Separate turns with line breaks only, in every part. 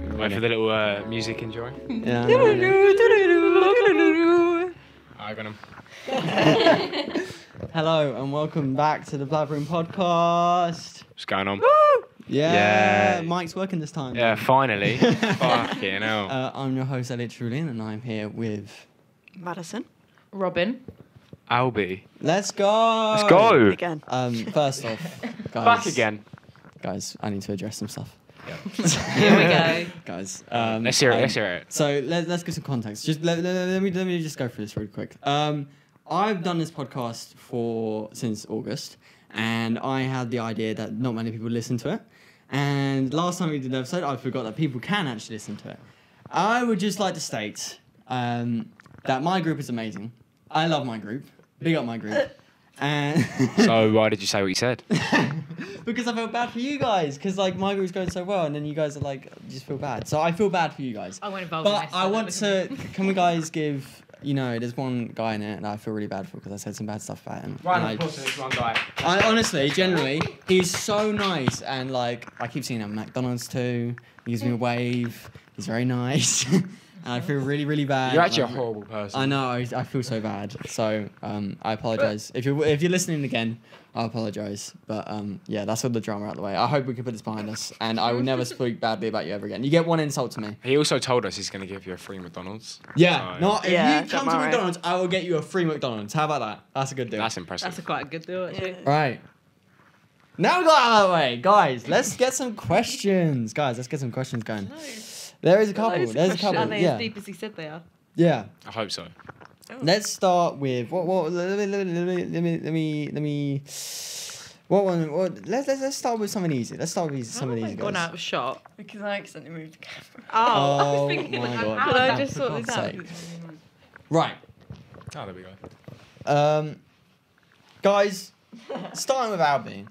Wait for the little uh, music enjoy.
Yeah.
I got him.
Hello and welcome back to the Blathering Podcast.
What's going on?
Yeah.
Yay.
Mike's working this time.
Yeah, finally. Fucking hell.
Uh, I'm your host, Elliot Trulin, and I'm here with.
Madison
Robin.
Albie.
Let's go.
Let's go.
again.
Um, first off, guys,
Back again.
Guys, I need to address some stuff.
Here we go.
Guys, um,
Let's hear it.
um,
Let's hear it.
So let, let's give some context. Just let, let- let me let me just go through this real quick. Um, I've done this podcast for since August, and I had the idea that not many people listen to it. And last time we did an episode, I forgot that people can actually listen to it. I would just like to state um, that my group is amazing. I love my group. Big up my group. And
So why did you say what you said?
because I felt bad for you guys, because like my group's going so well, and then you guys are like just feel bad. So I feel bad for you guys.
Oh, I went involved in
But
this,
I
so
want
that
to.
was-
Can we guys give? You know, there's one guy in it, and I feel really bad for because I said some bad stuff about him. And I-
this one guy.
I honestly, generally, he's so nice, and like I keep seeing him at McDonald's too. He gives me a wave. He's very nice, and I feel really, really bad.
You're actually a
Like,
horrible person.
I know. I, I feel so bad. So um, I apologize if you if you're listening again. I apologize, but um, yeah, that's all the drama out of the way. I hope we can put this behind us, and I will never speak badly about you ever again. You get one insult to me.
He also told us he's going to give you a free McDonald's.
Yeah,
So-
no. If
Yeah,
you come
don't
to
worry.
McDonald's, I will get you a free McDonald's. How about that? That's a good deal.
That's impressive.
That's a quite good deal, actually.
right. Now we got out of the way, guys. Let's get some questions, guys. Let's get some questions going. There is a couple.
Loads of
There's a
questions.
couple.
Are they as
Yeah,
deep as he said they are?
yeah.
I hope so.
Let's start with what what let me let me let me let me let me, let me what one what let's let's let's start with something easy. Let's start with
Some
something
of
easy.
these gone
guys.
out of shot.
Because I accidentally moved the camera.
Oh,
Oh
I was thinking,
my
like,
God.
how
Could I
that-
just sort
for
this out?
God's Right.
Oh, there we go.
Um guys, starting with Albie.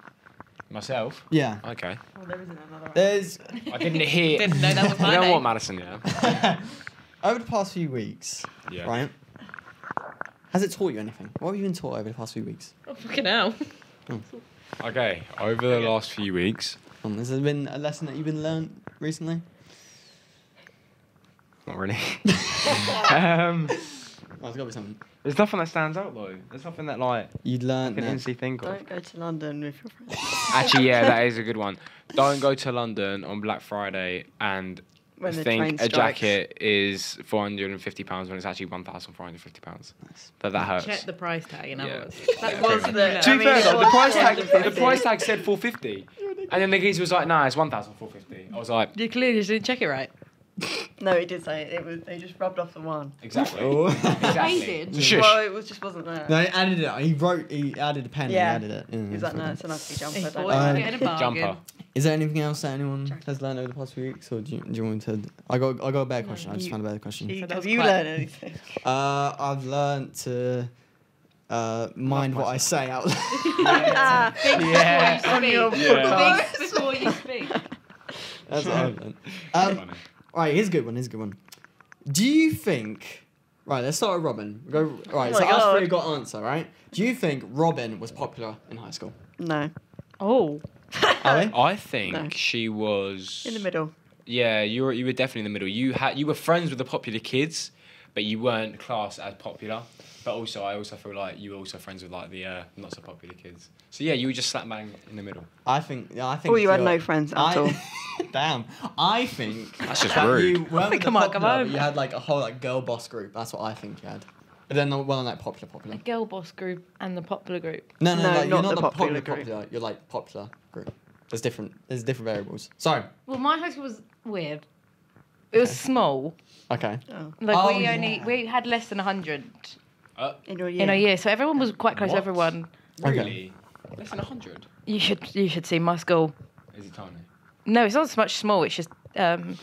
Myself.
Yeah.
Okay.
oh,
Well, there isn't another one.
There's
I didn't hear.
Didn't know that was my
you know
name.
what, Madison? Yeah.
over the past few weeks,
Yeah.
right? Has it taught you anything? What have you been taught over the past few weeks?
Oh, fucking hell.
Okay. Over the last few weeks,
Um, has there been a lesson that you've been learned recently?
not really. um,
Oh, there's gotta be something.
there's nothing that stands out though. There's nothing that like
You'd
I
learned
can
that.
instantly think of.
Don't go to London with your friends.
Actually, yeah, that is a good one. Don't go to London on Black Friday and
When the train
think a
strikes.
jacket is four hundred and fifty pounds when it's actually one thousand four hundred fifty pounds.
Nice.
That that hurts.
Check the price tag and
Yeah.
yeah.
That was
pretty
the.
To be
I mean,
fair,
it
though, the
was
price tag,
the
the price tag said four fifty, and then the geezer was like, "Nah, it's one thousand four fifty. I was like,
You clearly just didn't check it right.
No, it did say it. it was, they just rubbed off the one.
"Exactly."
Oh.
exactly.
They did?
Shush.
Well, it was just wasn't there.
No, he added it. He wrote. He added a pen.
Yeah.
He added it. Yeah,
He's
that's
like, no,
fine.
it's an ugly
Hey,
jumper.
boys,
Um,
Don't
getting a bargain.
Jumper.
Is there anything else that anyone has learned over the past few weeks, or do you, do you want to? I got I got a better question. I just
you-
found a better question.
you,
So that
have
was
you
quite-
learned anything?
Uh, I've learned to uh, mind what I say out loud.
yeah.
Yeah.
On your
Yeah.
podcast.
Think before you speak.
That's what I've learned. Um, right, here's a good one. Here's a good one. Do you think? Right, let's start with Robin. We'll go. Right,
Oh
so
my
us three
God.
got answer. Right. Do you think Robin was popular in high school?
No.
Oh.
Are we?
I think
No.
she was
In the middle.
Yeah, you were you were definitely in the middle. You had you were friends with the popular kids, but you weren't classed as popular. But also, I also feel like you were also friends with like the uh, not so popular kids. So yeah, you were just slap bang in the middle.
I think. yeah, I think.
Oh, you had
you're-
no friends at all.
I, damn. I think
That's just
that
rude.
You weren't
think
the
I might come
popular, but
home.
You had like a whole like girl boss group. That's what I think you had. But then the one like popular, popular.
The girl boss group and the popular group.
No, no,
No,
like, you're
not
not the
the
popular,
popular group.
popular. You're like popular group. There's different. There's different variables. So
Well, my high school was weird. It was small.
okay.
Oh.
Like
Oh,
we only
yeah.
we had less than hundred
In your year.
in a year, so everyone was quite close. to
What?
Everyone.
Okay.
Really, less than hundred.
You should you should see my school.
Is it tiny?
No, it's not so much small. It's just um,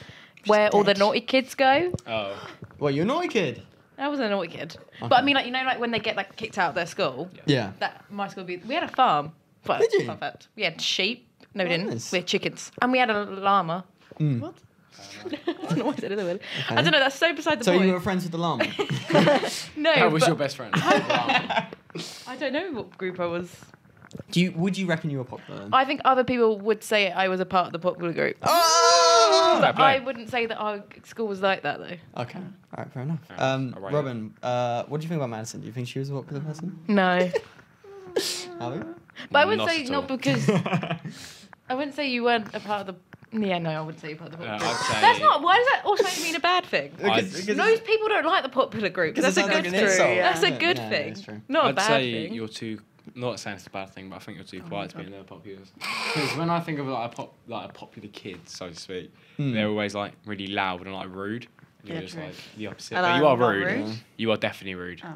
where all the
dead.
naughty kids go.
Oh,
Well, you're naughty kid.
I was a naughty kid, but I
Okay.
mean, like you know, like when they get like kicked out of their school.
Yeah.
That my school would be. We had a farm. But
Did you?
fun fact, We had sheep. No, we didn't.
Nice.
We had chickens, and we had a llama.
Hmm.
What?
I don't know why I said it that way. I don't know. That's so beside the
So
point.
you were friends with the llama.
no,
that was
but
your best friend.
I don't know what group I was.
Do you? Would you reckon you were popular? Then?
I think other people would say I was a part of the popular group.
Oh!
Fair play.
I wouldn't say that our school was like that though.
Okay. All right. Fair enough.
Fair enough.
Um,
All right.
Robin, uh, what do you think about Madison? Do you think she was a popular person?
No,
Abby?
but I would
Not
not say
at all.
not because I wouldn't say you weren't a part of the. Yeah, no, I wouldn't say you're part of the.
Uh, Yeah,
popular
I'd say-
That's not. Why does that also mean a bad thing?
Because-
Most people don't like the popular group. That's a
it sounds
good
like an
thing.
insult.
yeah.
That's a good
Yeah,
thing.
that's true.
Not a
I'd
bad
say
thing.
you're too. Not saying it's a bad thing, but I think you're too quiet to be in the popular. Because when I think of like a pop, like a popular kid, so to speak,
Hmm.
they're always like really loud and like rude. And you're
Hmm. Yeah,
just
true.
like the opposite.
And
Like, you are
I'm not
rude.
rude?
Yeah.
You are definitely rude.
Oh.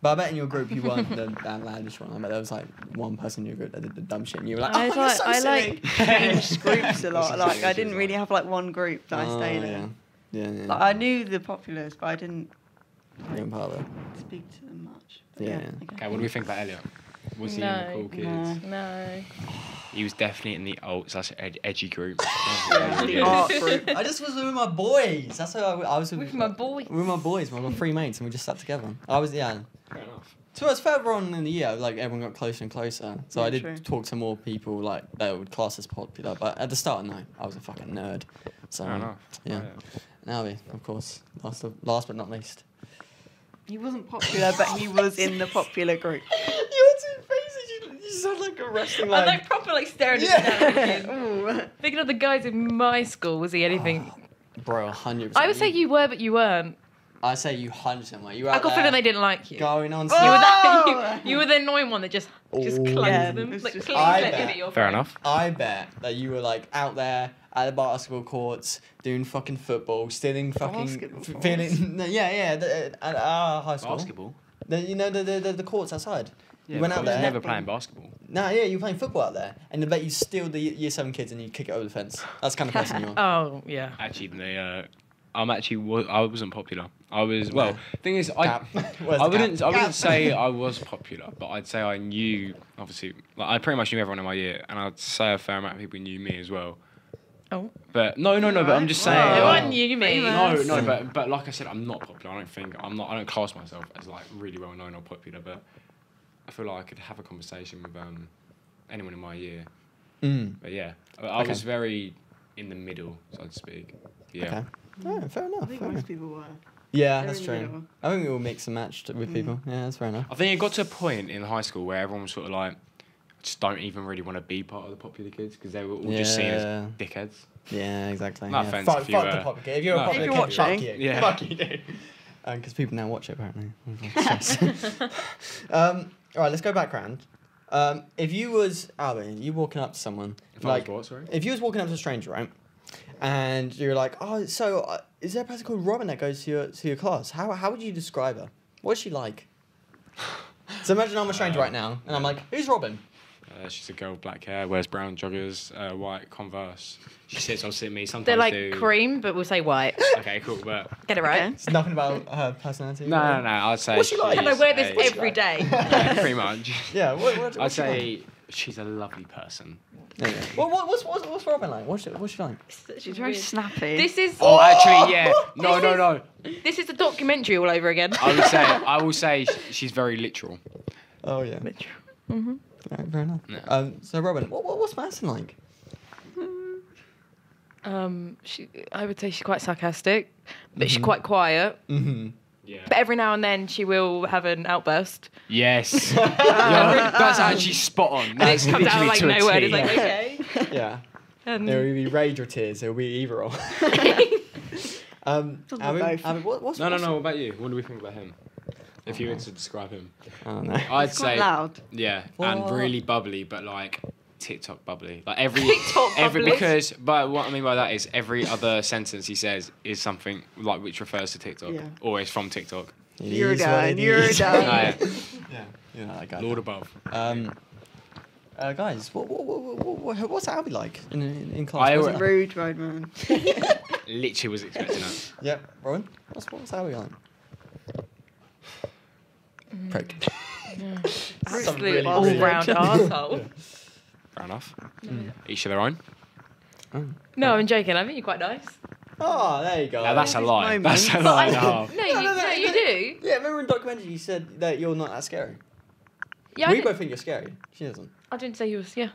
But I bet in your group you weren't the, that loudest one. I bet there was like one person in your group that did the dumb shit, and you were like,
I
"Oh,
was
you're
like-
so
I
silly."
like-
Changed groups a lot. Like I
Situations
didn't
like-
really have like one group that I
Oh,
stayed
yeah.
in.
Yeah, yeah.
Like I knew the populars, but I didn't
You weren't part of it.
speak to them much. But
Yeah.
yeah. Uh,
Okay, what do we think about Elliot? Was he in the
No.
cool kids?
No.
No.
He was definitely in the old slash ed- edgy group.
Yeah, the art group.
I just was with my boys. That's how I, I was with,
With my boys.
With my boys, my, my three mates, and we just sat together. I was yeah.
Fair enough.
So it's further on in the year, like everyone got closer and closer. So
Yeah,
I did
true.
talk to more people, like that would class as popular. But at the start, no, I was a fucking nerd. So
Fair enough.
Mm.
Oh,
yeah. Now we, of course, last of, last but not least.
He wasn't popular, but he was in the popular group.
Your two faces, you, you sound like a wrestling
I'm like proper like staring
Yeah.
at him.
Ooh.
Thinking of the guys in my school, was he anything?
Oh,
Bro, hundred percent.
I would say you were, but you weren't.
I say you hundred percent. Like you were
I
out
got a
there
feeling they didn't like you.
going on.
You were,
stage.
the,
Oh!
you, you were the annoying one that just just
Oh.
clung
Yeah,
to them.
it's
Like,
just-
please
I
let me
bet.
be your
Fair
friend.
enough.
I bet that you were like out there at the basketball courts doing fucking football, stealing fucking,
Basketball
f-
courts?
feeling. no, Yeah, yeah, the, uh, at our high school.
Basketball.
The, you know the, the, the, the courts outside.
Yeah,
you went
but
out
he's
there.
never playing basketball.
No, yeah, you were playing football out there, and I bet you steal the year seven kids and you kick it over the fence. That's the kind of person you are.
Oh yeah.
Actually, they, uh, I'm actually wa- I wasn't popular. I was well. Thing is, I
Gap. Where's
I
the
wouldn't
gap?
I wouldn't
Gap.
say I was popular, but I'd say I knew obviously like I pretty much knew everyone in my year, and I'd say a fair amount of people knew me as well.
Oh.
But no, no, no. But I'm just saying.
Wow.
No
Oh.
one knew me.
No,
Yes.
no, but but like I said, I'm not popular. I don't think I'm not. I don't class myself as like really well known or popular. But I feel like I could have a conversation with um anyone in my year.
Mm.
But yeah, I, I
Okay.
was very in the middle, so to speak. Yeah.
Okay. Yeah, fair
I
enough.
think
fair enough.
most people were.
Yeah,
they're
that's
in
true.
the middle.
I think we all mix and match t-
Mm.
with people. Yeah, that's fair enough.
I think it got to a point in high school where everyone was sort of like, just don't even really want to be part of the popular kids because they were all just seen as
Yeah.
dickheads.
Yeah, exactly.
No
yeah.
offense
fuck,
if you,
fuck the
uh,
popular kid. If you're
no
a popular kid,
offense if
fuck
you're
you.
Yeah.
Fuck you, dude. Because people now watch it, apparently. um, all right, let's go back round. Um, if you was, Albie, you walking up to someone,
If
like,
I was what, sorry?
if you was walking up to a stranger, right? And you're like, oh, so uh, is there a person called Robin that goes to your to your class? How how would you describe her? What's she like? So imagine I'm a stranger right now, and I'm like, who's Robin?
Uh, she's a girl with black hair, wears brown joggers, uh, white Converse. She sits opposite me. Sometimes
They're like
do-
cream, but we'll say white.
Okay, cool. But
Get it right.
Okay.
It's nothing about her personality.
no, no, no. I'd say.
What's she like?
And I
she's
wear this
a-
every day.
Yeah, pretty much.
Yeah, what, what,
I'd
what's she like?
say she's a lovely person.
Anyway. Well, what, what's, what's, what's Robin like? What's she, what's she like?
She's very snappy.
This is
Oh, actually, yeah. No, no, no.
this is a documentary all over again.
I would say I will say sh- she's very literal.
Oh, yeah.
Mhm.
Alright, fair enough.
Yeah.
Um, so, Robin, what, what, what's Madison like?
Um, she, I would say she's quite sarcastic, but she's quite quiet.
Mm-hmm.
Yeah.
But every now and then she will have an outburst.
Yes. Yo, that's actually spot on.
And
That's
it comes out
literally
of like
to a
nowhere. and
T.
It's like, okay.
Mm.
Yeah.
And
There will be rage or tears. It will be either or. um,
Doesn't
Abby,
both.
Abby, what, what's
No, no,
what's-
no. What about you? What do we think about him? If you were to describe him,
Oh, no.
I'd
It's quite
say
loud.
yeah, and
Oh.
What?
really bubbly, but like TikTok bubbly. Like every
TikTok
every
bubbly.
because but what I mean by that is every other sentence he says is something like which refers to TikTok
Yeah.
or is from TikTok.
It
You're
is what
done,
it
you're
is.
done.
No,
yeah. You know that guy.
Lord above.
Um, uh, guys, what, what, what, what, what, what's Abby like in, in, in class?
I
What's
would-
it like?
Rude road man.
Literally was expecting that.
Yeah, Robin, what's, what's Abby like? Prick. Some
absolute
really
Mm. all
rude-
round arsehole.
Fair enough.
Mm.
Each of their own.
No, I'm joking. I think you're quite nice.
Oh, there you
Uh,
go.
Now, that's a
This
lie.
moment.
That's a lie. and a half.
No, you,
no,
no,
no,
you
no.
do.
Yeah, remember in documentary you said that you're not that scary.
Yeah, I,
we
did,
both think you're scary. She doesn't.
I didn't say you was. Yeah.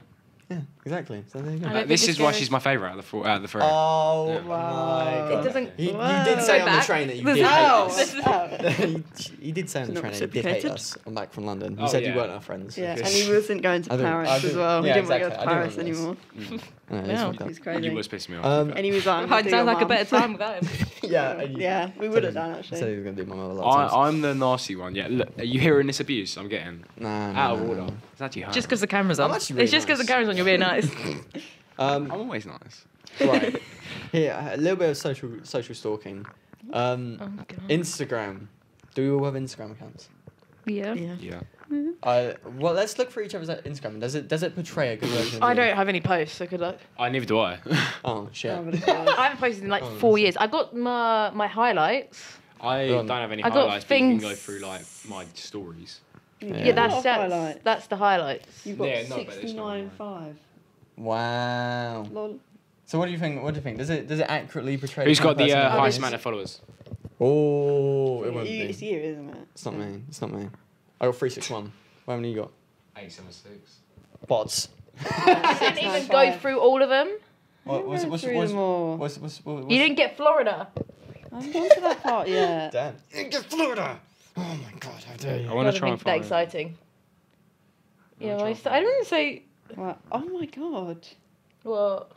Yeah, exactly. So there you
I
go.
don't think
this
it's
is why
gonna-
she's my favourite out of the four. Out of the three.
Oh
Yeah.
my
It
god.
doesn't-
He, you
Whoa.
did say
Go
on the
back.
train that you
There's
did
no-
hate us.
Oh.
he, he did say on the
Not
train that he did hate
reciprocated.
us. I'm back from London. He
Oh,
said you
yeah.
weren't our friends.
Yeah,
Okay.
and he wasn't going to
I didn't-
Paris
I
as
didn't-
well. He
yeah,
didn't want to go
exactly.
to
I
Paris
didn't want this.
anymore.
No, it's
No.
fucked up.
He's crazy.
You was pissing me off.
Um,
to be
and he was like, I'm gonna
Sounds
do your
like a
mum.
better time without him.
yeah, and you-
Yeah, we
said
would
he
have
was-
done actually.
Said he was gonna do my mother.
fair.
lots of
I, I'm the nasty one. Yeah. Look, are you hearing this abuse I'm getting?
times. Nah, nah,
Out
nah,
of
nah,
order.
nah.
It's actually hard.
Just because the camera's
I'm
on.
actually really
it's just because
nice.
the camera's on, you're being nice.
I'm
Um,
always nice.
right. Here, a little bit of social social stalking. Um,
oh, God.
Instagram. Do we all have Instagram accounts?
yeah.
Yeah.
Yeah.
Uh, well, let's look for each other's Instagram. Does it does it portray a good version? of
I
you?
don't have any posts, so could I?
I neither do I.
Oh shit.
Oh, my God.
I haven't posted in like
Oh,
four years. I got my my highlights.
I
Go on.
don't have any
I got
highlights. But you can
things-
go through like my stories.
Yeah.
Yeah,
Yeah.
that's
Off
that's,
highlights.
that's the highlights.
You got
Yeah, no, but it's not on
69.5.
Wow.
Lol.
So what do you think? What do you think? Does it does it accurately portray?
Who's
kind
got
of
the
person
uh,
that
Oh,
highest
this-
amount of followers?
Oh, it won't
You- It's
be.
you, isn't it?
It's not me. It's not me. I got three six one. How many you got?
Eight seven six.
Bots.
I didn't even go through all of them.
What,
what's- what's-
through
what's-
them all.
What's what's what, what's
You didn't get Florida.
I'm going to that part yet.
Damn. Get Florida. Oh my god, how dare
I
you?
want to
Doesn't
try and
think that
find.
exciting.
Wanna
Yeah,
try
I,
and
s-
find
I
it.
didn't say.
Wow. Oh my god.
Well,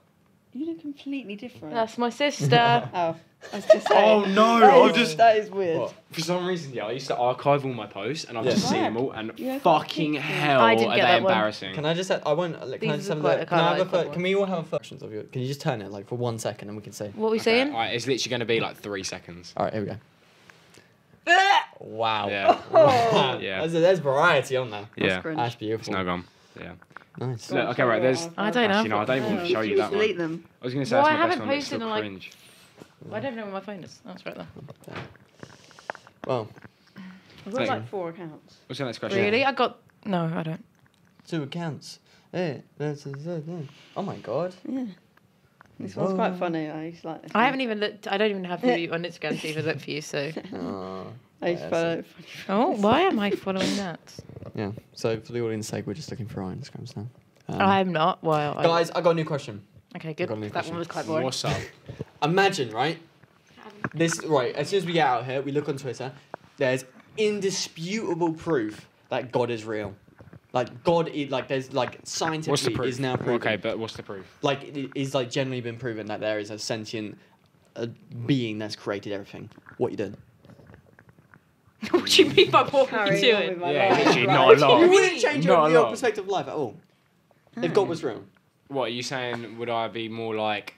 You look completely different.
that's my sister.
oh, I was just saying.
Oh no!
That
I've
is-
just
That is weird.
What?
for some reason yeah. I used to archive all my posts and I've
Yeah.
just seen
Right.
them all and
You have
fucking
pictures.
hell
I
are
didn't
they
get that one.
embarrassing.
Can I just have, I want like can I
These
just
look
have a
like
look?
a
Can I have a
colour, like
fir- can we all have a first of you? Can you just turn it like for one second and we can say
what were we
Okay,
saying?
alright, it's literally going to be like three seconds.
Alright, here we go. Wow.
Yeah,
Oh.
Wow.
Yeah.
There's, there's variety on there.
yeah.
cringe.
That's
It's
beautiful.
now gone. Yeah.
Nice.
Go on,
Look, okay,
show
right.
it
There's.
off.
I don't
Actually, no, I
have.
don't even want
Oh,
to show
should
you
we
that
delete
one.
them.
I was going to say
Well,
that's
I
my best
haven't
one. but it's
posted
still
in, like-
cringe.
I don't know where my phone is. That's right there.
Well,
I've got
Second.
like four accounts.
What's your next question?
Really? I got. No, I don't.
two accounts. Eh, that's- that's- that's- Oh my god.
Yeah. This one's
Oh.
quite funny. I used to like this
I
one.
haven't even looked. I don't even have you on Instagram to even look for you. So.
Oh.
I used
Yeah,
to
so-
follow funny
Oh, why am I following that?
Yeah. So for the audience's sake, we're just looking for our Instagrams now. Um,
I'm not. Well, I-
guys, I got a new question.
Okay, good.
got a new
That
question.
one was quite boring.
What's up?
Imagine, right? This right. As soon as we get out here, we look on Twitter. There's indisputable proof that God is real. Like God, is, like there's like
What's the
scientifically
proof?
is now proven.
Okay, but what's the proof?
Like it i- is like generally been proven that there is a sentient uh, being that's created everything. What you doing?
what do you mean by walking
Carry
to
on with
it?
my
Yeah,
life.
literally
Right.
not a lot.
You wouldn't change your,
Not a
your
lot.
perspective of life at all. If God was real.
What are you saying? Would I be more like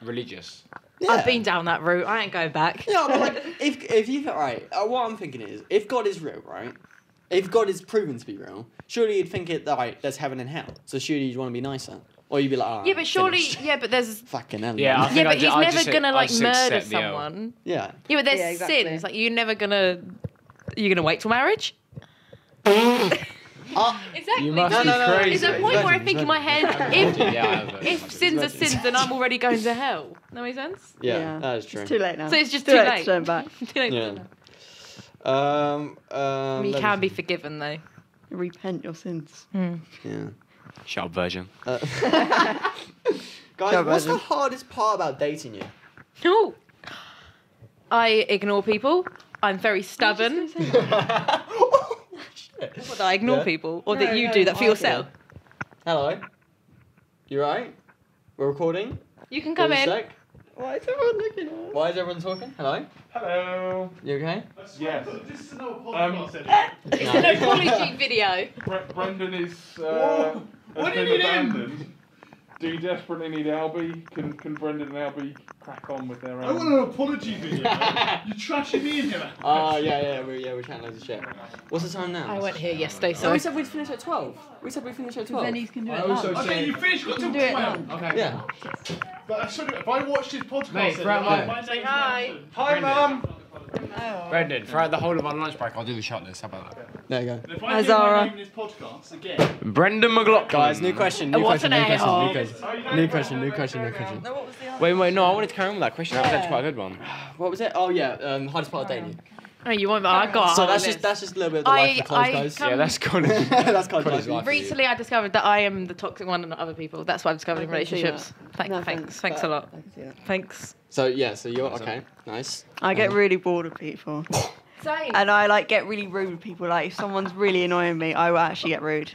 religious?
Yeah.
I've been down that route. I ain't going back.
Yeah, but like, if if you th- right, uh, what I'm thinking is, if God is real, right? If God is proven to be real, surely you'd think it like there's heaven and hell. So surely you'd want to be nicer, or you'd be like, "Alright,
Yeah, but surely,
finished."
yeah, but there's,
fucking hell.
Yeah,
man.
I think
yeah,
I
but
ju-
he's
I
never
just-
gonna
I
like
just
murder
accept the L.
someone.
yeah.
Yeah, but there's
Yeah, exactly.
sins. Like you're never gonna, you're gonna wait till marriage.
Uh,
Exactly.
You must
No, be no, no,
There's
crazy.
a
Exactly.
point where I think in my head, if
yeah, I have a-
if sins are sins, then I'm already going to hell. That makes sense.
yeah, that is true.
It's too late now.
So it's just
too,
too
late.
late.
to turn back.
Too late for
Yeah.
that.
Um, um,
You
let
can
me
be forgiven though.
Repent your sins.
think. Yeah.
Shut up, virgin.
Uh, guys,
Can't
what's the
imagine.
hardest part about dating you?
No. I ignore people. I'm very stubborn.
Shit.
What, that I ignore
Yeah.
people, or
No,
that you
no,
do that for
I
yourself.
Hello. You right? We're recording.
You can come
Give us
in.
a sec.
Why is everyone looking at us?
Why is everyone talking? Hello.
Hello.
You okay?
Yes. This is no podcast.
It's an apology video.
Bre- Brendan is. Uh, what did you do? Do you desperately need Albie? Can Can Brendan and Albie crack on with their own?
I want an apology video. you trashing me in here.
Oh yeah, yeah, we're yeah, we're chatting loads of shit. What's the time now?
I went here yesterday,
So
so
we said we'd finish at twelve. We said we'd finish at twelve. Oh,
Then you can do
I
it
also
live.
said-
Okay, you finished. Got till
do it
twelve.
now.
Okay.
Yeah.
Uh, But I should. If I watched this podcast,
Mate,
then,
Brad,
like,
like-
my name's
Say hi.
Nelson.
Hi, mum. Brendan, throughout the whole of our lunch break, I'll do the shotless. How about that?
There you go.
And If I
Hi,
do
Zara.
my name in this podcast again,
Brendan McLaughlin.
Guys, new question, new
What's
question,
an
new question,
AR?
new question, new question, new question, new question.
Wait, wait, no, I wanted to carry on with that question. That was actually quite a good one.
What was it? Oh yeah, um, hardest part of dating.
Oh, you won't, but I got.
so
a whole
that's just
list.
that's just a little bit of the life of
I-
college guys.
I-
yeah, that's kind of.
That's kind of
College
life.
life.
Recently, I discovered that I am the toxic one and not other people. That's what I've discovered in
I can see that.
relationships. Thank,
No,
thanks, thanks a lot.
I can see that.
Thanks.
So yeah, so you're
Awesome.
okay. Nice.
I get
Um,
really bored of people,
Same.
and I like get really rude with people. Like if someone's really annoying me, I will actually get rude.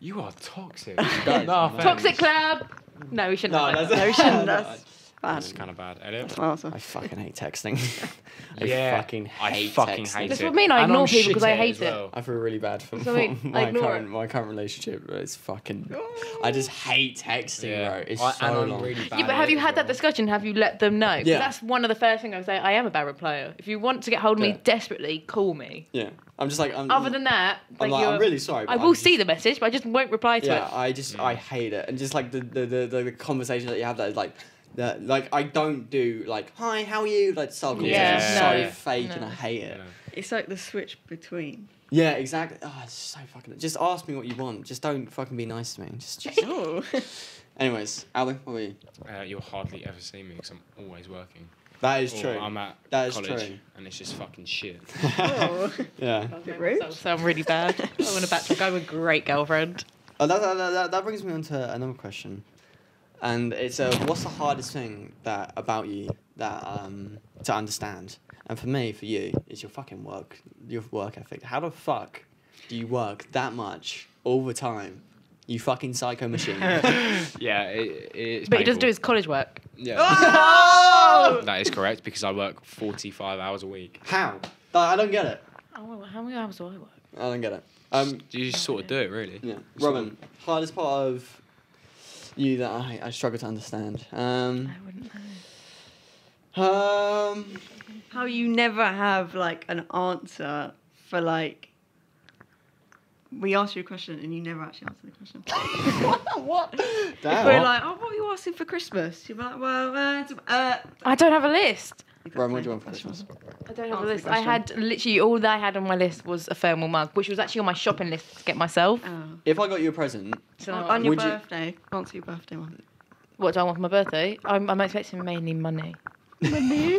You are toxic.
guys
Nah,
are
thanks.
toxic club. No, we shouldn't.
No, that's
have said that.
No, we shouldn't. That's bad.
That's kind of bad. Edit.
That's my answer.
I fucking hate texting. I
Yeah,
fucking
I
hate
fucking
texting.
hate
That's
it.
what I mean, I
And
ignore
I'm
people 'cause I
shit at
hate
as
it.
I feel really bad for
So I- I
my
ignore
current
it.
my current relationship. Bro. It's fucking. I just hate texting,
Yeah.
bro. It's
I-
so
and I'm
long.
really bad
Yeah, but
at
have
it
you
as
had that
well.
discussion? Have you let them know? 'Cause
Yeah.
That's one of the first things I would say. I am a bad replier. If you want to get hold of me
Yeah.
desperately, call me.
yeah, I'm just like. I'm,
Other than that,
I'm
like,
like,
you're,
I'm really sorry.
I
but
will
I'm
see
just-
the message, but I just won't reply to
Yeah,
it.
I just
Mm.
I hate it, and just like the the the, the, the conversation that you have that is like. That, like I don't do like hi how are you like style conversation is
Yeah.
so
No.
fake and
No.
I hate it
Yeah.
It's like the switch between.
yeah exactly oh it's so fucking just ask me what you want just don't fucking be nice to me just, just
Oh.
anyways Alan what were you
Uh, you'll hardly ever see me because I'm always working.
that is
Or
true
Oh, I'm at
That is
college
true.
and it's just fucking shit.
Oh.
yeah
Bit rude.
So, so I'm really bad. I want to backtrack. I'm a great girlfriend.
Oh, that, that, that, that brings me on to another question. And it's uh, what's the hardest thing that about you that um, to understand? And for me, for you, it's your fucking work, your work ethic. How the fuck do you work that much all the time? You fucking psycho machine.
yeah, it, it's.
But he doesn't
painful.
do his college work.
Yeah.
Oh!
that is correct because I work 45 hours a week.
How? Like, I don't get it.
Oh, well, how many hours do I work?
I don't get it. Um,
You just sort of do it, really.
yeah. Robin, hardest part of you that I, I struggle to understand. Um,
I wouldn't know.
um,
How you never have like an answer for like. We asked you a question and you never actually answered the question.
what?
If
Damn.
we're like, oh, what are you asking for Christmas? You'd be like, well, uh, it's- uh,
I don't have a list.
Ryan, what do you want for Christmas?
I don't have
Answer the
a list. I
question.
had literally all that I had on my list was a thermal mug, which was actually on my shopping list to get myself.
Oh.
If I got you a present,
So
on,
now
on your
Would you-
birthday, answer your birthday one.
What do I want for my birthday? I'm, I'm expecting mainly money. Money?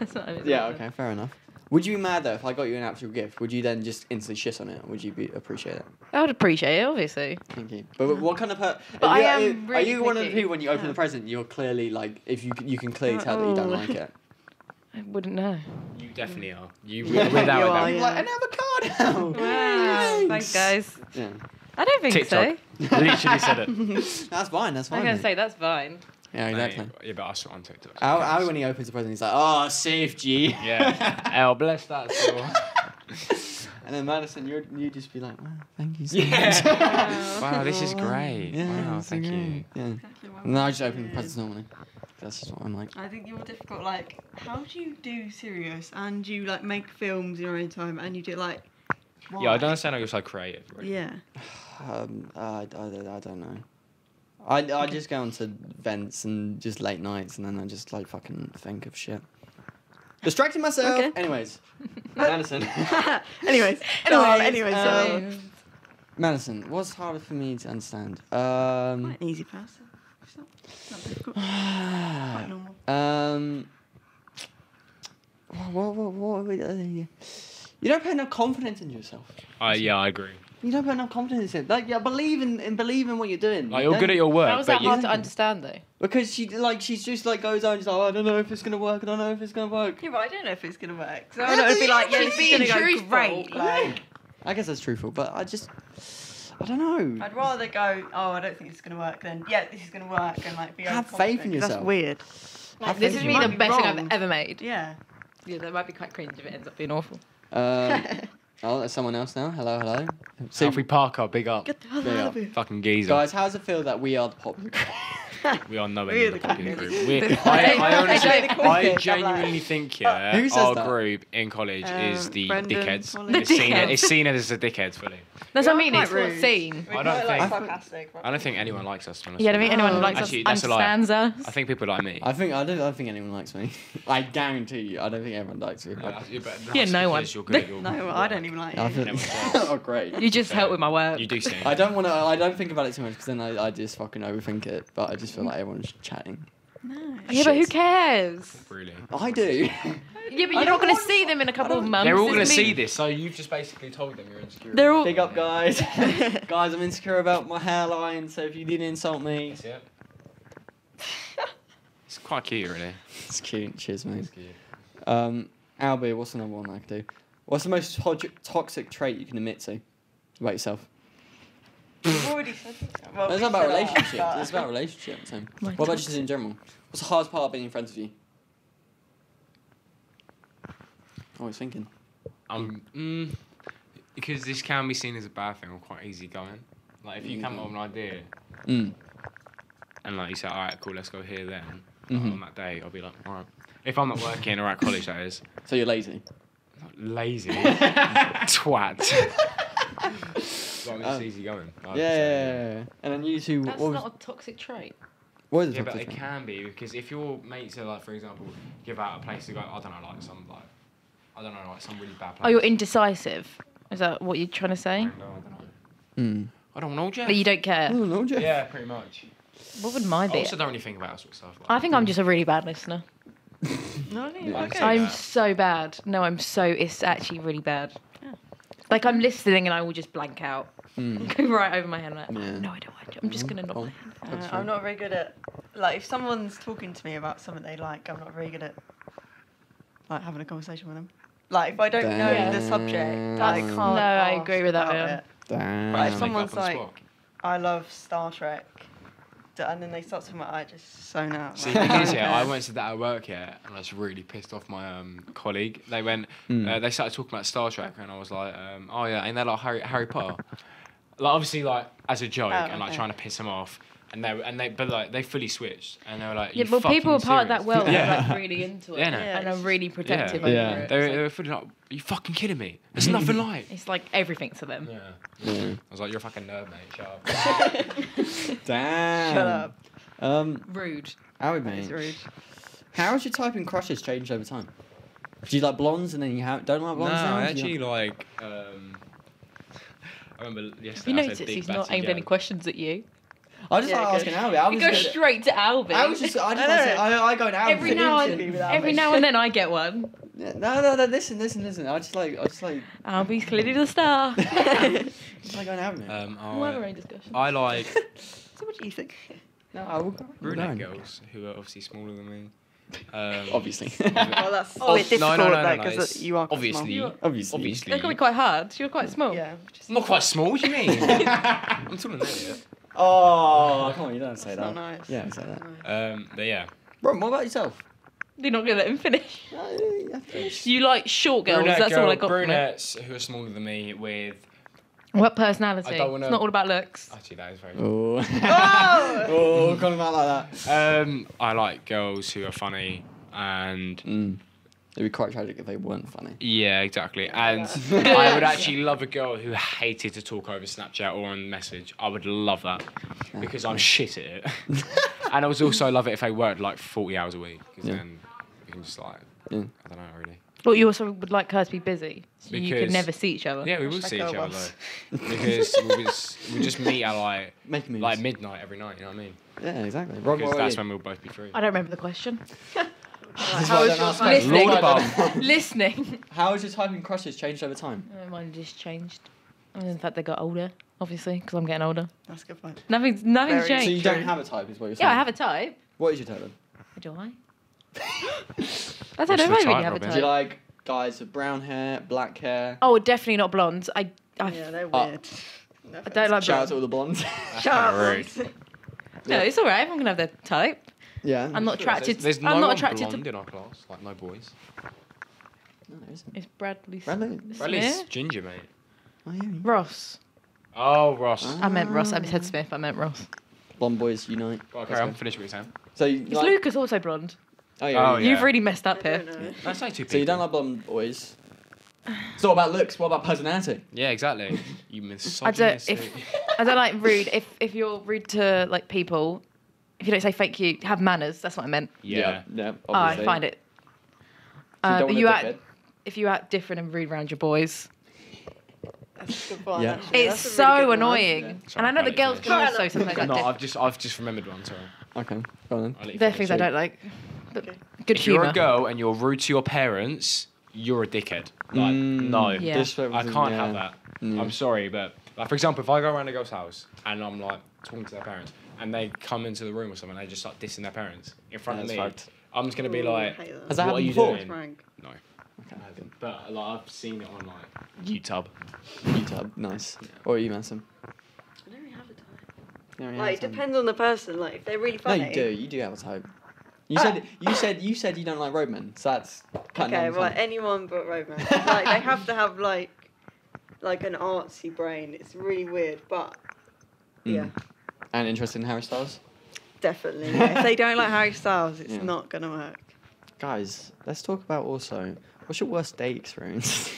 That's not it.
yeah, okay, fair enough. Would you be mad though if I got you an actual gift? Would you then just instantly shit on it? Would you be appreciate it?
I would appreciate it, obviously.
Thank you. But what kind of per-
But
are you,
I
are you-
am
are
really
you one of the
picky.
people when you open the present you're clearly like if you c- you can clearly tell that you don't
Oh.
like it.
I witn't know.
You definitely are. You
Yeah,
without a
you
doubt.
are, yeah.
Like another card
Wow.
now.
Thanks, guys.
Yeah,
I don't think
TikTok.
so.
Literally said it.
that's fine. That's fine.
I'm going
mate.
to say that's fine.
yeah, exactly.
Yeah, but I saw it on TikTok.
Al, Al, when he opens the present, he's like, "Oh, saved you."
Yeah. Al, bless that soul.
and then Madison, you you just be like, "Wow, thank you so much."
Yeah. wow, this is great.
Yeah,
wow,
it's
thank you.
okay. Yeah. No, I just open the presents normally. That's just what I'm like.
I think you're difficult. Like, how do you do serious and you like make films in your own time and you do like?
Yeah, I don't understand how you're so creative. Right?
Yeah.
Um, I, I, don't- I don't know. I, I just go onto vents and just late nights, and then I just like fucking think of shit. Distracting myself.
Okay.
Anyways, Madison.
anyways, go on, anyways,
um,
so-
Madison, what's harder for me to understand? Um,
quite an easy person. It's not, it's not difficult.
Uh.
Quite normal.
um. What, what, what, what, you don't put enough confidence in yourself.
Uh, yeah, I agree.
You don't put enough confidence in. Like, yeah, believe in, in believe in what you're doing.
Like,
You
you're good at
don't-
your work,
How is
but
that
you,
hard to understand, though?
Because she like she's just like goes on. She's like, "Oh, I don't know if it's gonna work. I don't know if it's gonna work.
Yeah, but I don't know if it's gonna work. So
How
I don't know
do
if
you
it like
know
yeah,
if
this
it's
is gonna
being
go
truthful?
great. Like,
I guess that's truthful, but I just I don't know.
I'd rather go. Oh, I don't think it's gonna work. Then yeah, this is gonna work, and like be
Have
overconfident,
faith in
'cause
yourself.
That's weird.
Have
this
faith
is
in
me the
yourself.
best thing
Wrong.
I've ever made.
Yeah.
Yeah, that might be quite cringe if it ends up being awful.
Um, oh, there's someone else now. Hello, hello. So,
Sophie Parker, big up.
Get the hell
Yeah.
out of here.
Fucking geezer.
guys, how's it feel that we are the popular?
We are nowhere
We're
near
the
the popular
cool
group.
kids.
We're,
They're
I,
cool.
I honestly,
They're the cool
I
kids, I'm like-
genuinely think yeah,
Who says
our
that?
group in college is
Um,
the
Brendan
dickheads.
Holly.
It's seen,
Dickheads.
it's seen as the dickheads fully.
We
That's what I
are
mean.
quite
It's not
rude.
seen.
We're
I don't
quite, like,
think-
sarcastic, but-
I don't think anyone likes us. to be honest
Yeah, I don't
with
think
you.
anyone
Oh.
likes
Actually,
us
that's a lie.
understands us.
I think people like me.
I think I don't. I don't think anyone likes me. I guarantee you. I don't think everyone likes me.
Yeah, that's- but that's
Yeah,
because
no one.
You're good at your
No, I don't even like
I
you.
think- oh great.
You just
So,
help with my work.
You do sing.
I don't want to. I don't think about it too much because then I, I just fucking overthink it. But I just feel like everyone's chatting.
No.
Yeah, but who
Shit.
cares?
Really.
I do.
Yeah, but you're not going to see them in a couple of months.
They're all
It's
going to
Um, me-
see this, so you've just basically told them you're insecure.
They're all-
Big up, guys. guys, I'm insecure about my hairline, so if you didn't insult me,
That's it. It's quite cute, really.
it's cute. Cheers, mate.
It's cute.
Um, Albie, what's another one I could do? What's the most to- toxic trait you can admit to about yourself?
I've already said that. Well,
it's
we
not about
said that,
relationships.
but-
It's about relationships. Sam.
My
What about
God.
just in general? What's the hardest part of being friends with you? Always Oh, thinking.
I'm mm, because this can be seen as a bad thing. I'm quite easygoing. Like if you come up with an idea
Mm.
and like you say, all right, cool, let's go here then. like,
Mhm.
on that day, I'll be like, all right. If I'm not working or at college, that is
So you're lazy.
Not lazy twat. Well, I'm just
Um,
easygoing. I
Yeah,
would
yeah,
say,
yeah, yeah. And then you two.
That's
what was,
not a toxic trait.
what is the
Yeah, but
toxic
it
trait?
can be because if your mates are like, for example, give out a place to go. I don't know, like some like, I don't know, like some really bad place.
Oh, you're indecisive. Is that what you're trying to say?
No, I don't know.
Mm.
I don't know, Jeff.
But you don't
I
care.
don't know, Jeff.
Yeah, pretty much.
What would
I
mine be?
also don't really think about that sort of stuff. Like,
I think I'm just a really bad listener.
No, I think
Yeah.
it's okay.
I'm
Yeah.
so bad. No, I'm so. It's actually really bad. Like I'm listening and I will just blank out,
Mm.
go right over my head. I'm like,
Yeah.
No, I don't. want to. I'm just gonna
Oh,
not.
that's
Uh,
true.
I'm not very good at like if someone's talking to me about something they like, I'm not very good at like having a conversation with them. Like if I don't know the subject, I
That's-
can't.
No, I
ask
agree with that,
about
yeah.
it.
Damn.
Right,
Just
some-
make it up
someone's
on the
like-
spot.
I love Star Trek, D- and then they start talking about it, just sewn out.
See, the
like,
thing is,
okay.
yeah, I went to that at work, yeah, and I was really pissed off my um, colleague. They went,
Mm.
uh, they started talking about Star Trek, and I was like, um, oh yeah, ain't that like Harry, Harry Potter? Like obviously, like as a joke,
Oh,
and like
okay.
trying to piss him off, and they and they, but like they fully switched, and they were like,
Yeah,
"You
well, people are
fucking
part of that
serious?"
world.
Yeah.
Yeah. like really into it,
Yeah, no.
and
Yeah,
I'm really protective
Yeah.
over
Yeah.
it.
They were,
It's
they
like-
were fully like, are you fucking kidding me? It's nothing like.
It's like everything to them.
Yeah.
Yeah.
I was like, you're a fucking nerd, mate. Shut up.
Damn.
Shut up.
Um,
Rude.
Howard,
That is
mate.
rude.
How has your type in crushes changed over time? Do you like blondes and then you ha- don't like
No,
blondes? now?
I
Do you
actually like. Um, I remember
Have you
yesterday. I
noticed
said,
he's
"Big
not
batty
aimed
Joe."
any questions at
not-
you?
I just
Yeah,
like asking
good.
Albie. I
You
was
go
just-
straight to Albie.
I was just. I just. I,
I know.
say, I, I go to Albie.
every now and every now and then I get one.
then. No, no, no. Listen, listen, listen. I just like. I just like.
Albie's clearly the star.
Just like going to Albie. mate.
Um,
We'll have our
I,
own discussion.
Oh, I like
So what do you think?
no, I will go.
brunette
No.
girls who are obviously smaller than me. Um,
Obviously.
Well, that's
Oh,
a bit
no, no,
difficult
no,
though,
no,
uh,
because
it's
you are quite
obviously-
small.
Obviously.
Obviously.
They're gonna be quite hard. You're quite small.
Yeah, just
I'm not quite small. What do you mean? I'm taller than you.
Oh, come on! You don't say
that's
that.
not nice.
Yeah, say that.
Um, but yeah.
Ron, what about yourself?
They're not gonna let him finish.
I
You like short girls. that's all I got. from it.
brunettes who are smaller than me with.
What personality?
I don't wanna-
It's not all about looks.
Actually, that is very.
Oh.
Oh!
oh, calling him out like that.
Um, I like girls who are funny and
Mm. It'd be quite tragic if they weren't funny.
Yeah, exactly. And I would actually love a girl who hated to talk over Snapchat or on message. I would love that because I'm shit at it. and I would also love it if I worked like 40 hours a week because
Yeah.
then you can just like,
Yeah.
I don't know really.
But you also would like her to be busy. So you could
Because-
never see each other.
Yeah, we will
that
see each
girl
other
was.
though because we'll just, we'll just meet at like,
Make moves.
like midnight every night, you know what I mean?
yeah, exactly. Ron,
Because
what about
that's
you?
when we'll both be free.
I don't remember the question.
That's
How
why I
was
don't
your
ask
time?
questions.
Listening.
Lord above.
Listening.
How has your typing crushes changed over time?
Oh, Mine just changed. I mean, in fact, they got older, obviously, because I'm getting older.
That's a good point.
Nothing's nothing's
Very
changed.
So you
true.
don't have a type, is what you're saying?
yeah, I have a type.
What is your type? Then?
Do I? I don't
What's
know
the
if I really
type,
have a
Robin?
type.
Do you like guys with brown hair, black hair?
Oh, definitely not blondes. I, I,
Yeah, they're
Oh.
weird. No
I don't like
Shout out
blondes.
to all the blondes.
That's
Shut
kinda
up.
rude.
No,
Yeah.
it's all right. Everyone can have their type.
yeah.
I'm not attracted.
There's, there's no
I'm not
one
attracted
blonde
to.
in our class, like no boys.
No, there isn't.
It's Bradley. S-
Bradley.
Smith?
Or at least ginger, mate.
Oh, yeah.
Ross.
Oh, Ross.
I meant Ross. I said Smith. I meant Ross.
Blonde boys unite.
Okay,
Let's
I'm
go.
finished with you, Sam.
So you
Is
like-
Lucas also blonde?
Oh, yeah.
Oh,
yeah.
yeah.
You've really messed
I
up here.
don't know.
That's like two people.
So you don't like blonde boys? It's all about looks. What about personality?
Yeah, exactly. You
I don't.
misogynistic.
If I don't like rude. If if you're rude to like people, if you don't say thank you, have manners. That's what I meant.
yeah.
Yeah.
Oh, I find it. Uh, but you act if you act different and rude around your boys,
That's a good point.
Yeah.
actually.
it's
That's a really
so
good one.
annoying.
yeah.
And
Sorry,
I know
I'll let
the
you
girls
finish.
can also sometimes
no,
act
I've
different.
just I've just remembered one. Sorry.
Okay. Go on then.
I'll let you
There are
finish.
things I don't like. Good
if you're
humour.
a girl and you're rude to your parents, you're a dickhead. Like,
Mm,
no,
Yeah.
I can't have that.
Yeah. Mm.
I'm sorry, but like for example, if I go around a girl's house and I'm like talking to their parents, and they come into the room or something, and they just start dissing their parents in front
That's
of me.
fucked.
I'm just gonna be like,
Has that
what are
happened
you
before?
doing? No,
Okay.
but like I've seen it on like YouTube.
UTub, nice. Or you, Manson.
I don't really have a type.
Yeah, yeah,
Like, it
Sam.
depends on the person. Like, if they're really
No,
funny.
you do. You do have a type. You
Ah.
said you said you said you don't like roadmen, so that's cutting
Okay,
down
well, eh,
fun.
anyone but Roman. like, they have to have, like, like an artsy brain. It's really weird, but yeah,
Mm. And interested in Harry Styles,
definitely. yeah. If they don't like Harry Styles, it's
Yeah.
not going to work.
guys. Let's talk about also what's your worst date experience.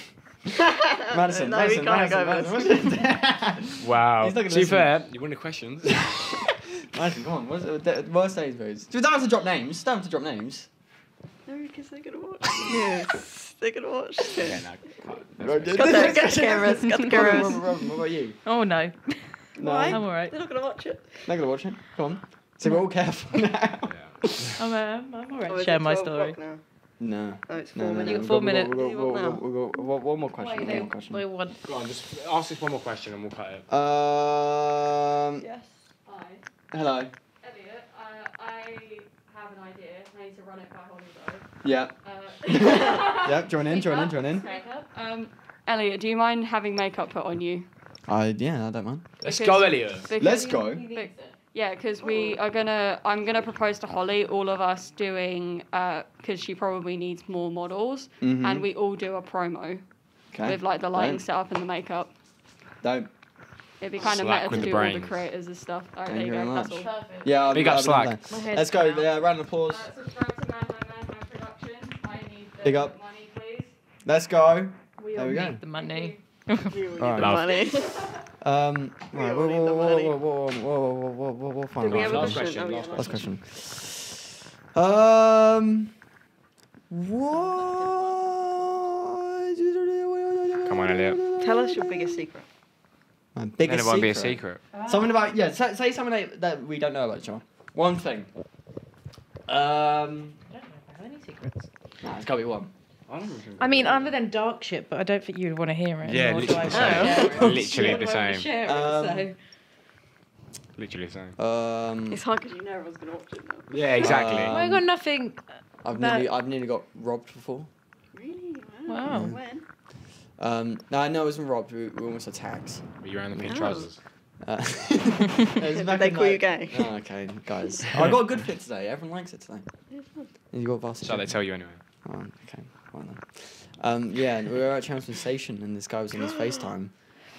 Madison,
Madison,
Uh, no,
Madison,
we can't
Madison,
go
Madison,
Madison.
what's your-
Wow.
He's not
To
gonna
be
listen.
fair, you win the questions.
Madison, come on. What's uh, the worst date experience? Do we don't have to drop names. Don't have to drop names.
No, because they're gonna watch. yes, they're gonna watch
yeah,
this.
no, cut.
Right,
That's
dude.
Got the got the cameras. Got the
Robin,
cameras.
Robin, Robin, what about you?
Oh no,
No,
Why?
I'm alright.
They're not gonna watch it.
not gonna watch it. Come on. So we're all careful now.
bad. Yeah.
I'm, um, I'm alright.
Oh, is
Share
it
my
12
story.
o'clock Now.
No.
Oh, it's four
No, no,
minutes.
no.
You've
We've
got four
got- we've got-
minutes.
we've got-
You've got
we've got- we've got- One one more
Wait,
question. One
no,
more question.
wait, one.
Go on, just ask this one more question and we'll cut it.
Um.
Yes.
Hi,
Hello.
Elliot. Uh, I have an idea. I need to run it by Holly though.
Yeah.
Uh,
Yep. Join in. Join in.
makeup,
Join in.
makeup. Um, Elliot, do you mind having makeup put on you?
I yeah. I don't mind.
Let's
Because-
go, Elliot.
Because-
Let's go.
But- yeah, because we are gonna. I'm gonna propose to Holly. All of us doing because she probably needs more models,
Mhm.
and we all do a promo
Okay.
with like the lighting
Don't.
setup and the makeup.
Don't.
It'd be kind of
Slack
meta
with
to
the
do all
brains.
the creators and stuff. All right,
Thank
there you
you
go.
very
That's
much.
all.
Perfect.
Yeah. I'll-
Big up
I'll be
Slack.
there.
My hair's
Let's go.
gone out.
Yeah. Round of applause.
subscribe to Man Man Man Production. I need
Big up.
money, please.
Let's go.
We
There
all
we go.
need the money.
You need
Alright.
the money.
Um.
We
Right.
all
Whoa.
need the
Whoa. Whoa.
money.
Whoa. Whoa. Whoa. Whoa. Whoa. Whoa. Whoa. Whoa. Fine.
Did we
right,
have a
fine.
Last
question?
question,
Oh, yeah,
last
Last question. Um. What?
Come on, Elliot.
Tell us your biggest secret.
My biggest
Then it won't
secret.
be a secret.
Something about yeah. Say, say something that, that we don't know about John. One thing. Um.
I don't know if I have any secrets.
Nah, it's gotta be one.
I mean, um, other than dark shit, but I don't think you would want to hear it.
Yeah,
nor do
literally
I
the
wanna
same.
share
Literally the
it. Nor do I wanna
same.
share it,
Um,
so-
Literally the same.
Um.
It's hard because you know everyone's gonna watch it now.
Yeah, exactly.
Uh,
Well, I got nothing.
I've
that-
nearly I've nearly got robbed before.
Really?
Wow.
When?
Um. No, I know it wasn't robbed. We, we were almost attacked.
Were you wearing the pink
No.
trousers?
Uh, it was
Did
back
they
in,
call you
like-
gay?
Oh, okay, guys. I got a good fit today. Everyone likes it today. You got varsity.
So they tell you anyway.
Oh, okay. Well then. Um, yeah, and we were at Chelmsford Station and this guy was on his FaceTime.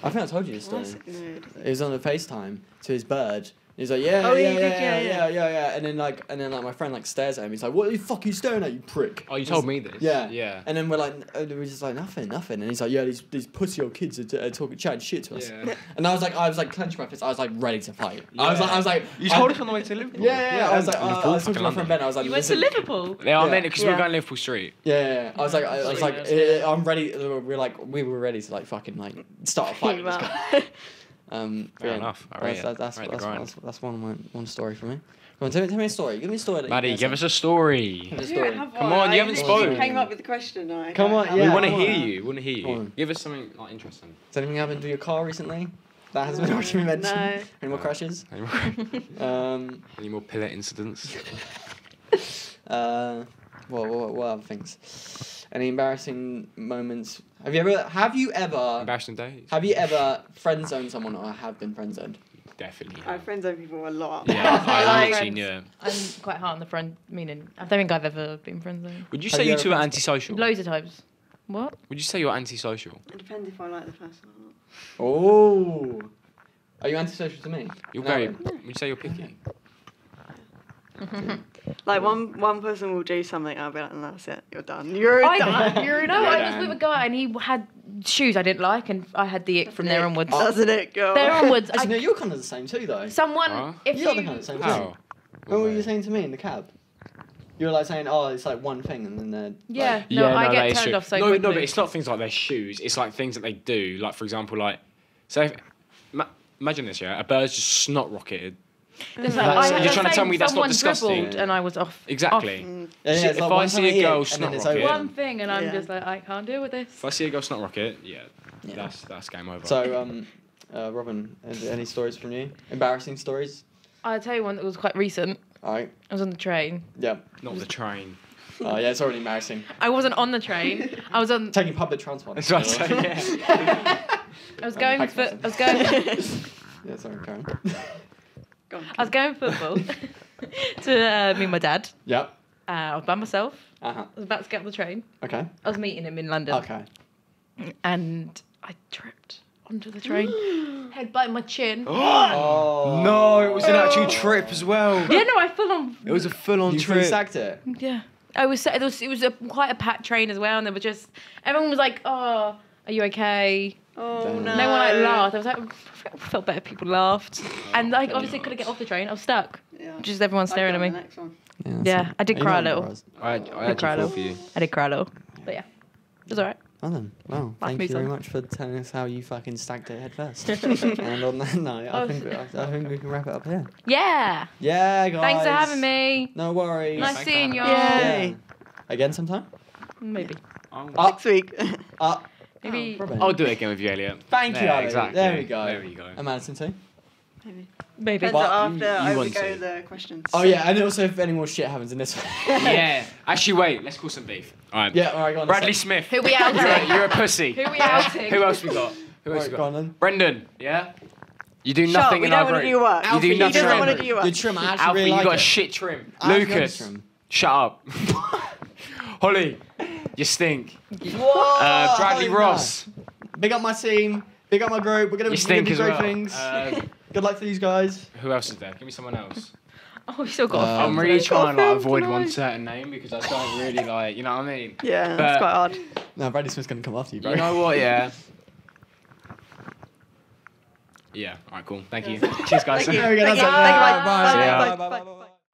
I think I told you this story.
Classic nerd.
He was on the FaceTime to his bird. He was like, yeah,
Oh,
yeah,
yeah,
yeah,
you
yeah,
did,
yeah,
yeah,
yeah,
yeah.
yeah, And then like, and then like my friend like stares at him. He's like, what the fuck are you staring at, you prick?
Oh, you told me this.
Yeah.
Yeah.
And then we're like, n- and we're just like nothing, nothing. And he's like, yeah, these these pussy old kids are, t- are talking chatting shit to us.
Yeah.
And I was like, I was like clenching my fist. I was like ready to fight. I was like, I was like,
You
I-
told us on the way to Liverpool.
Yeah, yeah, yeah. I was like,
in
I, I
full
was talking to
fucking
my friend Ben. I was like,
You went to
"Listen."
Liverpool.
They are
Yeah.
meant because we
Yeah.
were going Liverpool Street.
Yeah, yeah, yeah. I was like, I, I was like, eh, I'm ready. We We're like, we were ready to like fucking like start a fight. with this guy. Um,
Fair
yeah.
enough. I rate
That's,
it.
that's, that's,
I rate the
that's,
grind.
that's, that's one of my one story for me. Come on, tell me, tell me a story. Give me a story. that
Maddie,
you
give us a story.
Give us a
You
story.
don't have
Come
one.
on,
I
you haven't
literally
spoken.
came up with the question. I
Come
don't
on,
have
we
yeah,
want
I
to
wanna-
hear you. Want to hear
Go
you.
on.
Give us something like interesting.
Has anything happened to your car recently? That has been
No,
already mentioned.
no.
Any more crashes?
Any more,
Um,
any more pillar incidents?
uh, what, what, what other things? Any embarrassing moments? Have you ever? Have you ever?
Embarrassing days.
Have you ever friend zoned someone or have been friend zoned?
Definitely.
I
have.
friend zone people a lot.
Yeah, I
Like-
literally knew it.
I'm quite hard on the friend. Meaning, I don't think I've ever been friends with.
Would you
Have
say
you
you
ever
two are
been-
antisocial?
Loads of times. What?
Would you say you're antisocial?
It depends if I like the person or not.
Oh. Are you antisocial to me?
You're
No.
very. Would you say you're picky?
Mm-hmm.
Like one one person will do something, I'll be like, and that's it, you're done. You're
I
done.
You're no,
You're
I was with
done.
a guy and he had shoes I didn't like, and I had the ick from there onwards.
Doesn't it, girl?
There onwards,
Actually, no,
I,
you're kind of the same too, though.
someone.
Huh?
If
You're
you,
the kind of the same too.
How?
Remember what you were saying to me in the cab? You were like saying, "Oh, it's like one thing," and then they're
yeah,
like,
no, I
that
get
is
turned
true.
off so
no,
quickly.
no, but it's not things like their shoes. It's like things that they do. Like for example, like so. If, ma- imagine this, yeah. A bird's just snot rocketed
Just
That's-
I-
you're
I-
trying to tell me that's not
someone
disgusting.
dribbled and I was off.
Exactly.
Yeah, yeah,
Shit,
it's
if
like
I
one
see
time
a
here,
girl
and then
snot
it's
rocket-
over.
Yeah.
One thing, and I'm
Yeah.
just like, I can't deal with this.
If I see a girl snot rocket, yeah,
Yeah.
that's that's game over.
So, um, uh, Robin, any- any stories from you? Embarrassing stories?
I'll tell you one that was quite recent.
All right.
I was on the train.
Yeah.
not the train.
Oh, yeah, it's already embarrassing.
I wasn't on the train. I was on.
Taking public transport.
That's what I say. Yeah.
I was going
Pax
for. I
Johnson.
was going.
yeah, sorry, Karen.
I was going football to uh, me and my dad.
Yep.
Uh, I was by myself.
Uh
Uh-huh.
huh.
I was about to get on the train.
Okay.
I was meeting him in London.
Okay.
And I tripped onto the train. Head biting my chin.
Oh.
no, it was an actual trip as well.
yeah, no, I full on.
It was a full-on
You
trip.
free sacked it.
Yeah. I was, so- it was, it was a, quite a packed train as well, and they were just, everyone was like, oh, are you okay?
Oh
Damn.
no.
No one like laughed. I was like, I felt better if people laughed.
Oh,
and I obviously
God.
couldn't get off the train. I was stuck.
Yeah.
Just everyone staring
I've
at me.
done the next one.
Yeah, I did cry a little.
I, I actually
Incredible.
feel for you.
I did cry a little. But yeah, it was all right.
Well then, well, thank you
moves
very
on.
much for telling us how you fucking stacked it head first. and on that note, I
Oh.
think we, I, I think we can wrap it up here.
Yeah.
Yeah, guys.
Thanks for having me.
No worries.
Nice
thanks for
seeing
having
you.
us.
all
Yay.
Yeah. Again sometime.
Maybe.
I'll,
Up,
Next week.
up.
Maybe.
Robin.
do it again with you, Elliot.
Thank you,
Yeah,
Elliot.
exactly.
There we go.
There we go.
And Madison too.
Maybe.
Depends
Well,
on
you-
after
you
I
want
go
to.
the questions.
Oh yeah, and also if any more shit happens in this one.
yeah. Actually, wait. Let's call some beef. All right.
yeah. All right, go on. then,
Bradley
Sam.
Smith.
Who Oh, we
You're a,
outing?
you're a pussy.
Who we outing?
Who else we got? Who
All
else
right,
we
go on
got?
then.
Brendan. Yeah. You do
Shut up,
nothing
we
in our
don't want
group.
to do your work.
You do
Alfie,
nothing.
You don't
trim.
want to do your work.
You're trim. I actually
Alfie,
really
you
like
got
it.
shit trim.
I actually like
Lucas,
trim.
shut up. Holly, you stink.
Whoa,
Uh, Bradley
holy
Ross,
crap. Big up my team. Big up my group. We're gonna,
you
we're gonna
stink
do
as
great
well.
things.
Uh,
Good luck to these guys.
who else is there? Give me someone else.
Oh, we still got.
Um,
a
I'm
film
really
tonight. Got a
trying to like,
film
avoid
tonight.
one certain name because I don't really like. You know what I mean?
Yeah,
But-
that's quite hard.
No, Bradley Smith's gonna come after you, bro.
You know what? Yeah. Yeah. All right. Cool. Thank you. Cheers, guys.
Thank you.
There we go. That's it.
Thank you. Thank you,
Bye,
bye.
Bye,
bye, bye,
bye,
bye,
bye.
bye, bye.